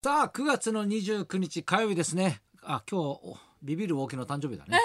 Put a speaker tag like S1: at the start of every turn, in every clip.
S1: さあ9月の29日火曜日ですねあ今日おビビる大木の誕生日だね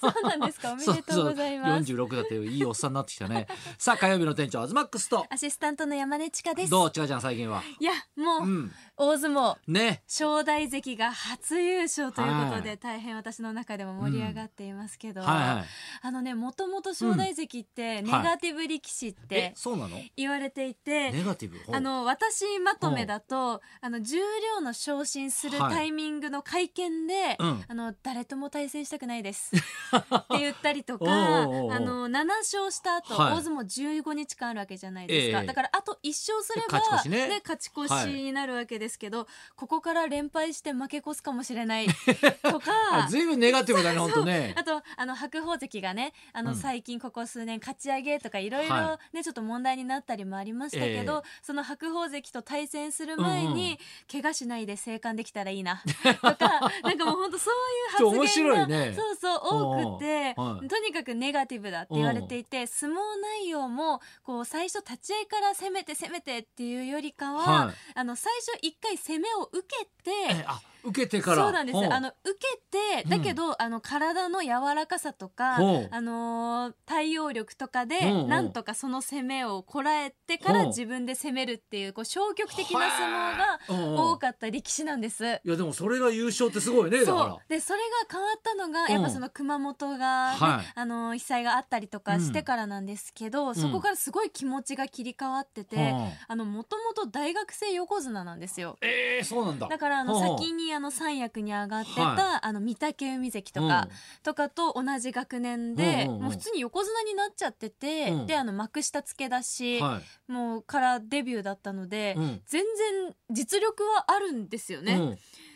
S2: そうなんです か。おめでとうございます。
S1: そうそう46だっていいおっさんになってきたねさあ火曜日の店長アズマックスと
S2: アシスタントの山根千佳です。
S1: どうちかちゃん最近はい
S2: や、もう、
S1: うん
S2: 大相撲。
S1: ね
S2: 正代関が初優勝ということで、
S1: はい
S2: 大変私の中でも盛り上がっていますけど、
S1: はいはい
S2: あのねもともと正代関ってネガティブ力士っ
S1: え
S2: て
S1: そうなのネ
S2: 言われていて、
S1: ガティブほう
S2: あの私まとめだとあの十両の昇進する
S1: はい
S2: タイミングの会見で、
S1: うん
S2: あの誰とも対戦したくないですって言ったりとか
S1: おうおうおう
S2: あの7勝した後、
S1: はい
S2: 大相撲15日間あるわけじゃないですか、
S1: ええ
S2: だからあと1勝すれば
S1: 勝ち越しね
S2: で勝ち越しになるわけですけど、ここから連敗して負け越すかもしれないとか。
S1: あずいぶんネガティブだね本当ね
S2: あとあの白鵬関がねあ
S1: う
S2: の
S1: ん
S2: 最近ここ数年勝ち上げとかいろいろね、
S1: は
S2: ちょっと問題になったりもありましたけ
S1: え
S2: ど、その白鵬関と対戦する前に、怪我しないで生還できたらいい なとかなんかもう本当そういう発
S1: ちょ
S2: 言
S1: 面
S2: が
S1: 白いね
S2: そうそう多くて、
S1: うんうんはい
S2: とにかくネガティブだって言われていて、相撲内容もこう最初立ち合いから攻めて攻めてっていうよりかは、
S1: はい
S2: あの最初一回攻めを受けて。
S1: えあ受けてから
S2: そうなんです
S1: ほ
S2: あの受けてだけど、あの体の柔らかさとか、
S1: ほう
S2: あのー対応力とかで、
S1: うんうん
S2: なんとかその攻めをこらえてか
S1: ほ
S2: ら
S1: う
S2: 自分で攻めるっていうこう消極的な相撲が
S1: うんうん
S2: 多かった力士なんです。
S1: いやでもそれが優勝ってすごいねだ
S2: そう
S1: か
S2: でそれが変わったのが、
S1: うん
S2: やっぱその熊本がね、
S1: はい
S2: あのー被災があったりとかしてからなんですけど、そこからすごい気持ちが切り替わってて、
S1: らうん
S2: あのもともと大学生横綱なんですよ。
S1: えーそうなんだ
S2: だからあの
S1: ほうほう
S2: 先にあの三役に上がってた、
S1: は
S2: あの御嶽海関と
S1: う
S2: か
S1: ん、
S2: とかと同じ学年
S1: う
S2: で、
S1: んうんうん
S2: もう普通に横綱になっちゃってて、
S1: うん
S2: であの幕下付け出し、
S1: は
S2: もうからデビューだったので、
S1: いうん
S2: 全然実力はあるんですよね、
S1: うん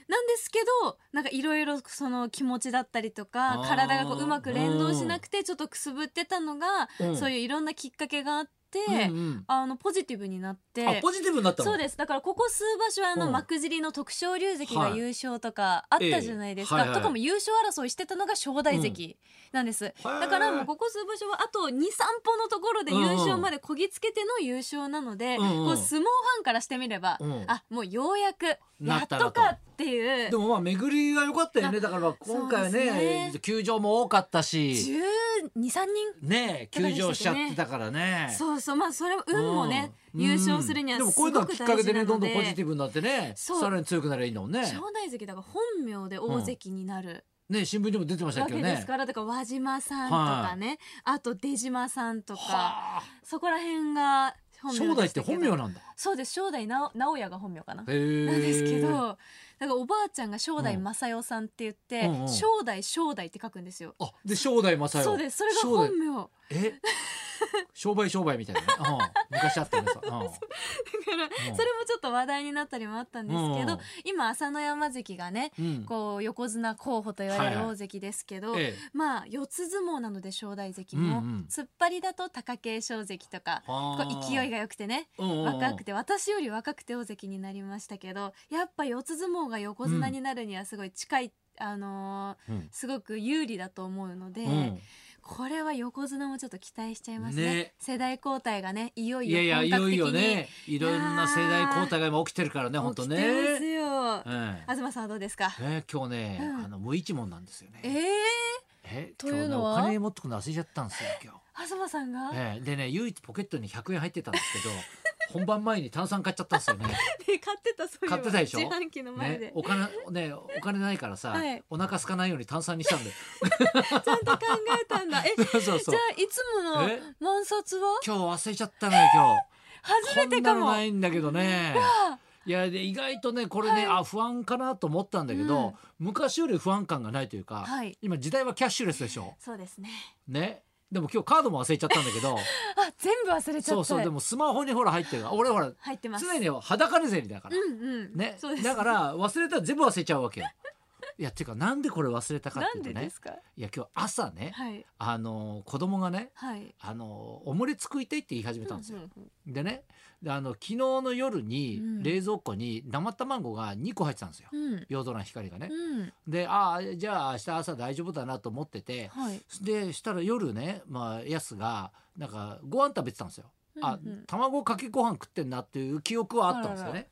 S2: なんですけどなんかいろいろその気持ちだったりとか
S1: あー
S2: 体がこううまく連動しなくてちょっとくすぶってたのが、
S1: うん
S2: そういういろんなきっかけがあって、
S1: うんうん
S2: あのポジティブになって
S1: あポジティブになったの
S2: そうですだからここ数場所はあ
S1: う
S2: の
S1: ん
S2: 幕尻の徳勝龍関が
S1: はい
S2: 優勝とかあったじゃないですか、
S1: ええはいはい
S2: とかも優勝争いしてたのが正代関なんです、だからもうここ数場所はあと23歩のところで優勝までこぎつけての優勝なので、
S1: うんうん
S2: こう相撲ファンからしてみれば、
S1: うん
S2: あもうようやく
S1: な
S2: や
S1: っ
S2: った
S1: な
S2: と
S1: と
S2: かっていう
S1: でもまあ巡りが良かったよねだから今回は
S2: そうで
S1: ね
S2: すね
S1: 球場も多かったし
S2: 123人
S1: ね
S2: とか
S1: 球
S2: でしたね
S1: 場しちゃってたからね
S2: そうそうまあそれも運もね、
S1: うん
S2: 優勝するには
S1: ですも
S2: ご
S1: こういうのはき
S2: く
S1: っか
S2: 大
S1: けで
S2: 事
S1: ね
S2: な
S1: どん
S2: の
S1: どんポジ
S2: で
S1: ティブになってね
S2: そう
S1: さらに強くなればいいんだもんね
S2: 正代関だから本名で大関になる。
S1: ね新聞にも出てました
S2: わ
S1: けど
S2: けです
S1: ね
S2: から、だから和島さんとかね、あと出島さんとか
S1: はあ
S2: そこら辺が本名で
S1: 正代っ
S2: してたけど
S1: 本名なんだ
S2: そうです正代な直哉が本名かな
S1: へ。ー
S2: なんですけどだからおばあちゃんが正代
S1: うん
S2: 正代さんって言って、
S1: うんうん
S2: 正代正代って書くんですよ。
S1: あで正代正代
S2: そうですそれが
S1: 正
S2: 本
S1: 代
S2: 名
S1: え商売商売みたいなね うん昔あったねさう ん
S2: だから、
S1: うん
S2: それもちょっと話題になったりもあったんですけど、
S1: うん
S2: 今朝乃山関がね
S1: うん
S2: こう横綱候補と言われ
S1: はい
S2: る
S1: はい
S2: 大関ですけど、
S1: ええ
S2: まあ四つ相撲なので正代関も、
S1: うんうん
S2: 突っ張りだと貴景勝関とか
S1: あ
S2: こう
S1: ー
S2: 勢いが良くてね
S1: うんうんうん
S2: 若くて私より若くて大関になりましたけどやっぱ四つ相撲が横綱になるにはすごい近い、あのー
S1: うん
S2: すごく有利だと思うので、
S1: うん
S2: これは横綱もちょっと期待しちゃいますね
S1: ね
S2: 世代交代がねいよい
S1: いやい
S2: よ
S1: や
S2: 本
S1: い
S2: 格
S1: よ
S2: 的
S1: い
S2: に
S1: よねいろんな世代交代が今起きてるからね本当
S2: 起き
S1: ね
S2: てますよ、
S1: ええ
S2: 東さんはどうですか
S1: ええ今日ね、
S2: うん
S1: あの無一文なんですよね
S2: え
S1: え
S2: ー、と
S1: 今日
S2: いう
S1: ね
S2: のは
S1: お金持ってくの忘れちゃったんですよ今
S2: 東さんが、
S1: 日、ええでね唯一ポケットに100円入ってたんですけど 本番前に炭酸買っちゃったんですよね
S2: ね買ってたそういえば
S1: 買ってたでしょ
S2: 自販機の前で、
S1: ねお金ねお金ないからさ、
S2: はい
S1: お腹空かないように炭酸にしたんで
S2: ちゃんと考えたんだえ
S1: そうそうそ
S2: じ
S1: う
S2: ゃあいつもの
S1: え
S2: 満札は
S1: 今日忘れちゃったのよ今日
S2: 初
S1: こ
S2: め
S1: ん
S2: て
S1: な
S2: か
S1: の
S2: も
S1: ないんだけどね
S2: あ
S1: いやで意外とねこれね、あ不安かなと思ったんだけど、昔より不安感がないというか、
S2: はい
S1: 今時代はキャッシュレスでしょ
S2: そうですね
S1: ねでも今日カードも忘れちゃった んだけど
S2: あ全部忘れちゃった
S1: そうそうでもスマホにほら入ってるから俺ほら
S2: 入ってます
S1: 常に裸にゼリだから、
S2: うんうん
S1: ね
S2: そうです
S1: だから忘れたら全部忘れちゃうわけよ。 いやっていうかなんでこれ忘れたかっ
S2: な
S1: てい
S2: ん
S1: うと
S2: で
S1: ね
S2: ですか
S1: いや今日朝ね、
S2: はい
S1: あの子供がね
S2: はい
S1: あのオムレツ食いたいって言い始めたんですよ。
S2: うんうん
S1: でねであの昨日の夜に
S2: うん
S1: 冷蔵庫に生卵が2個入ってたんですよ。
S2: うん
S1: 夜空の光がね。
S2: うん
S1: でああじゃあ明日朝大丈夫だなと思ってて
S2: はい
S1: でしたら夜ねまあやすがなんかご飯食べてたんですよ。あ
S2: うんうん
S1: 卵かけご飯食ってんなっていう記憶はあったんですよね。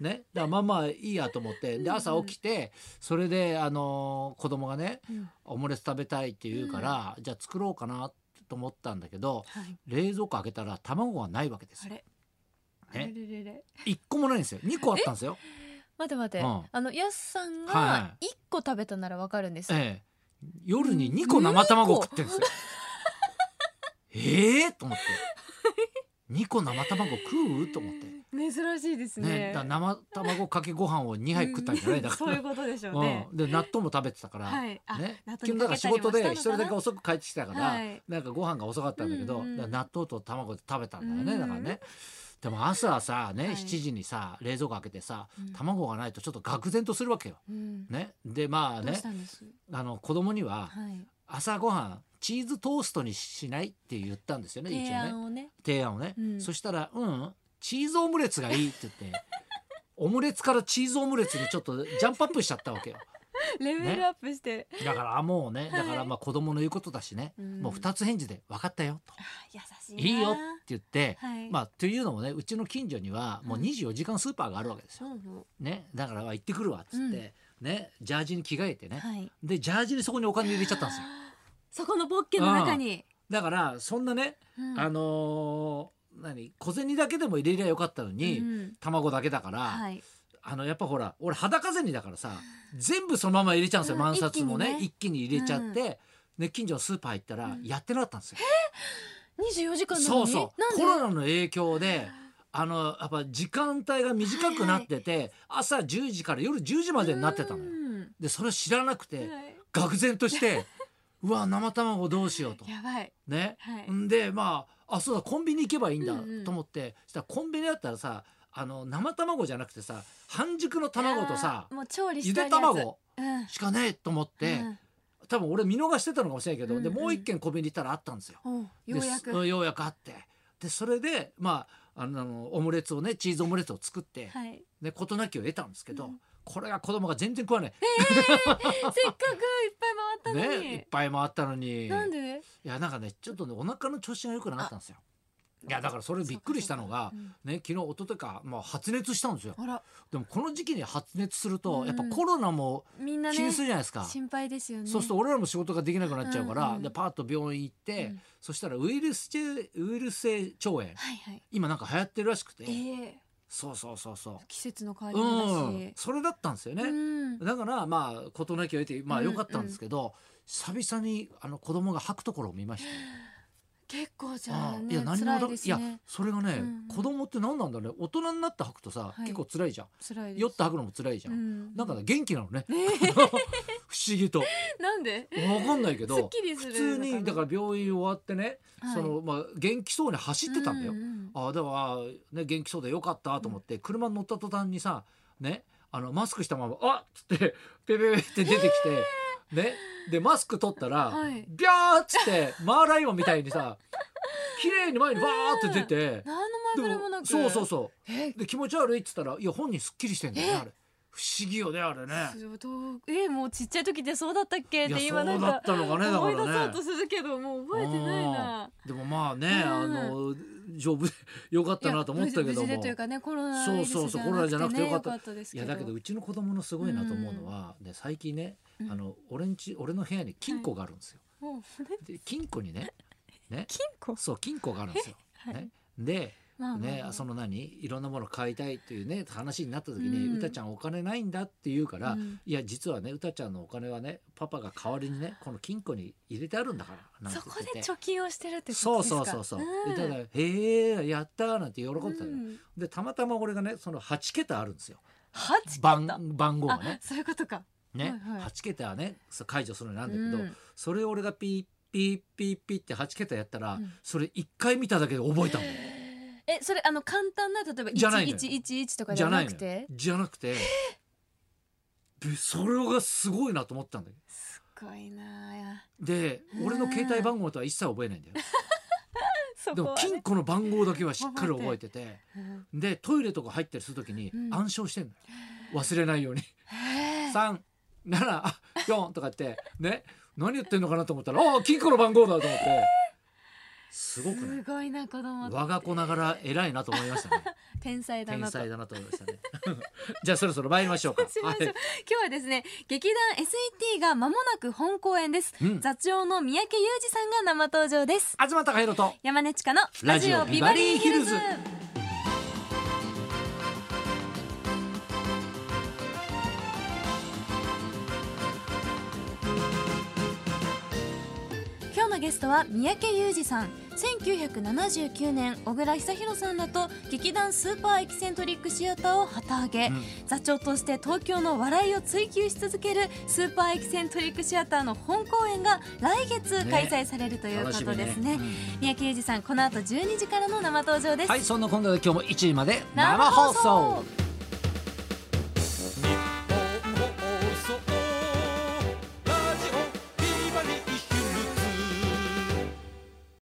S1: ね、だからまあまあいいやと思ってで朝起きてそれであのー子供がね
S2: うん
S1: オムレツ食べたいって言うから、じゃあ作ろうかなと思ったんだけど
S2: はい、
S1: 冷蔵庫開けたら卵がないわけです
S2: あ
S1: よ。
S2: れあれ
S1: ね、
S2: れれれ
S1: 1個もないんですよ2個あったんですよ。
S2: 待って待って、
S1: うん
S2: あのやすさん
S1: はい
S2: が
S1: は
S2: 一個食べたならわかるんですよ、
S1: ええ、夜に2個生卵
S2: うん
S1: 食ってんですよ。ええと思って2個生卵食うと思って。
S2: 珍しいですね
S1: ね、だから生卵かけご飯を2杯食ったんじゃないだか
S2: うん
S1: ら
S2: そういうことでしょうね、
S1: うん、で納豆も食べてたから、
S2: はいあ
S1: ね
S2: 納豆にかけたりも
S1: 昨日だから仕事で一人だけ
S2: し
S1: 遅く帰ってきたから、
S2: はい
S1: なんかご飯が遅かったんだけど、
S2: うんうん
S1: だから納豆と卵で食べたんだよね、
S2: うん
S1: だからねでも朝さね、
S2: はい
S1: 7時にさ冷蔵庫開けてさ
S2: うん
S1: 卵がないとちょっと愕然とするわけよ。
S2: うん
S1: ね、でまあ
S2: どう
S1: ね
S2: したんです
S1: あの子供には
S2: はい
S1: 朝ごはんチーズトーストにしないって言ったんですよね一応
S2: 提
S1: ね
S2: 案をね
S1: 提案をね、
S2: うん
S1: そしたら「うんチーズオムレツがいい」って言ってオムレツからチーズオムレツにちょっとジャンプアップしちゃったわけよ
S2: レベルアップして、
S1: だからもうね
S2: はい
S1: だからまあ子供の言うことだしね、
S2: うん
S1: もう二つ返事で「分かったよ」と
S2: あ優
S1: 「
S2: しいない
S1: いよ」って言って、
S2: はい
S1: ま
S2: あ
S1: あというのもねうちの近所にはもう
S2: はい
S1: 24時間スーパーがあるわけです
S2: そ
S1: よ、
S2: うも
S1: ね、だからまあ行ってくるわっつって、ねジャージに着替えてね、
S2: はい
S1: でジャージにそこにお金入れちゃったんですよ
S2: そこのボッケの中に、
S1: だからそんなね
S2: うん
S1: あのー何小銭だけでも入れりゃよかったのに、
S2: うん
S1: 卵だけだから、
S2: はい
S1: あのやっぱほら俺裸銭だからさ全部そのまま入れちゃうんですよ、
S2: うん
S1: 万札もね
S2: 一
S1: 一気に入れちゃって、ね近所のスーパー行ったら
S2: うん
S1: やってなかったんですよ、
S2: 24時間なの
S1: そう
S2: に
S1: そうコロ
S2: なんで
S1: ナの影響であのやっぱ時間帯が短くなってて、朝10時から夜10時までになってたのよ、
S2: うん
S1: でそれを知らなくて、
S2: はい
S1: 愕然としてうわ生卵どうしようと
S2: やばい
S1: ね
S2: はい、
S1: んでまああそうだコンビニ行けばいいんだ
S2: うんうん
S1: と思って、そしたらコンビニだったらさあの生卵じゃなくてさ半熟の卵とさ
S2: あーもう調理し
S1: ゆ
S2: てあ
S1: で
S2: るやつ
S1: 卵
S2: うん
S1: しかねえと思って、
S2: うん
S1: 多分俺見逃してたのかもしれないけど、で
S2: うんうん
S1: もう一軒コンビニ行ったらあったんですよ。
S2: おうようやく
S1: でそようやくあってでそれでまああのオムレツをねチーズオムレツを作って、
S2: はい
S1: で事なきを得たんですけど、
S2: うん
S1: これが子供が全然食わない、
S2: せっかくいっぱい回ったのに、
S1: ね、いっぱい回ったのに
S2: なんで
S1: いやなんかねちょっとねお腹の調子が良くなかったんですよ。いやだからそれびっくりしたのが
S2: うん
S1: ね、昨日一昨日か、まあ、発熱したんですよ
S2: あら
S1: でもこの時期に発熱する
S2: う
S1: と
S2: ん
S1: やっぱコロナも
S2: みんな
S1: 気
S2: ね
S1: にするじゃないですか、
S2: 心配ですよね
S1: そうすると俺らも仕事ができなくなっちゃうから、
S2: うんうん
S1: でパーッと病院行って、
S2: うん
S1: そしたらウイルス性ウイルス性腸炎
S2: はいはい
S1: 今なんか流行ってるらしくて、
S2: ええ
S1: そうそうそうそ
S2: 季節の変わ
S1: う、
S2: り目だ
S1: うん
S2: し、
S1: それだったんですよね、
S2: うん
S1: だからまあ事なきを得てまあ良かったんですけど、久々にあの子供が吐くところを見ましたよ
S2: 結構じゃあ
S1: うん
S2: ね辛いです
S1: いや
S2: ね
S1: それがね、
S2: うん
S1: 子供って何なんだろうね大人になって吐くとさ、
S2: はい
S1: 結構辛いじゃん
S2: 辛いです
S1: 酔って吐くのも辛いじゃん、
S2: うん
S1: なんかね元気なのね
S2: ねえ
S1: 不思議と
S2: なんで
S1: 分かんないけ
S2: すっ
S1: ど
S2: きりす
S1: 普
S2: る
S1: 通にだからら病院終わってね、そのまあ元気そうに走ってたんだよ、ああだからね元気そうでよかったと思って、車に乗った途端にさねあのマスクしたまま「あっ!」つってペペペって出てきて、ねでマスク取ったら、
S2: はい
S1: ビャーっつってマーライオンみたいにさ綺麗に前にバーって出て、
S2: 何の前触れもなく
S1: そうそう
S2: う
S1: そう
S2: え
S1: で気持ち悪いっつったらいや本人すっきりしてんだよね
S2: え
S1: あれ不思議よねあれね
S2: すどうえもうちっちゃい時ってそうだったっけっ
S1: いや
S2: て今な
S1: そ
S2: ん
S1: うだ
S2: か
S1: ったのかねだ
S2: 思い出そ
S1: か
S2: う
S1: ら
S2: と
S1: ね
S2: するけどもう覚えてないな
S1: うんでもまあね、
S2: うん
S1: あの丈夫で よかったなと思ったけ
S2: いや無
S1: ど
S2: 事無事で
S1: も
S2: というかねコロナ
S1: そうそうそうコロナじゃなくてよかった
S2: ウイルス
S1: い
S2: じゃなくてねよかったですけど
S1: やだけどうちの子供のすごいなと思うのは、ね、最近ね
S2: うん
S1: あの俺んち俺の部屋に金庫があるんですよ。
S2: もう
S1: で金庫にねね
S2: 金庫
S1: そう金庫があるん ですよ。
S2: えは
S1: ね、で
S2: まあまあ
S1: ね
S2: まあ
S1: その何いろんなもの買いたいっていうね話になった時
S2: う
S1: に
S2: ん
S1: うたちゃんお金ないんだって言うから、
S2: うん
S1: いや実はねうたちゃんのお金はねパパが代わりにねこの金庫に入れてあるんだからなんて
S2: そ
S1: 言
S2: こ
S1: って
S2: で
S1: て
S2: 貯金をしてるってこと
S1: そう
S2: です
S1: そ
S2: か
S1: うそうそう、で
S2: ん
S1: ただ「へえやった」なんて喜
S2: うん
S1: でたのよ、でたまたま俺がねその8桁あるんですよ
S2: 八桁
S1: 番番号が
S2: あ
S1: ね
S2: そういうことか
S1: ね、
S2: はいはい
S1: 8桁はねそう解除するのなんだけど、
S2: うん
S1: それを俺がピーピーピーピーって8桁やったら、
S2: うん
S1: それ1回見ただけで覚えたの
S2: えそれあの簡単な例えば
S1: じゃないのよ
S2: 1111とか
S1: じ
S2: じ
S1: ゃ
S2: ゃ
S1: ない
S2: な
S1: の
S2: く
S1: よ
S2: て
S1: じゃなくてでそれがすごいなと思ったんだよ
S2: すっごいなあ
S1: で俺の携帯番号とは一切覚えないん だよ
S2: そ
S1: で
S2: こ
S1: も
S2: は
S1: 金
S2: ね
S1: 庫の番号だけはしっかり覚えてて
S2: うん
S1: でトイレとか入ったりするときに
S2: うん
S1: 暗唱してんのよ忘れないように
S2: へえ
S1: 三、七、四とかって、ね、何言ってんのかなと思ったら、ああ、金庫の番号だと思って。すごく
S2: す
S1: ね
S2: ごいな子供って
S1: 我が子ながら偉いなと思いま したね
S2: 天才だ
S1: 天
S2: なと
S1: 才だなと思いましたね じゃあそろそろ参りましょう か
S2: しましょう
S1: はい
S2: 今日はですね劇団 SET が間もなく本公演です、
S1: うん
S2: 座長の三宅裕二さんが生登場です
S1: 東貴博と
S2: 山根千佳の
S1: ラジオビバリーヒルズ
S2: 今日のゲストは三宅裕二さん1979年小倉久弘さんらと劇団スーパーエキセントリックシアターを旗揚げ、
S1: うん
S2: 座長として東京の笑いを追求し続けるスーパーエキセントリックシアターの本公演が来月開催されるというこ
S1: 楽し
S2: と
S1: み
S2: です
S1: ね
S2: ね三宅裕二さんこの後12時からの生登場です、
S1: はいそんな今度で今日も1時まで
S2: 生
S1: 生
S2: 放
S1: 放
S2: 送
S1: 送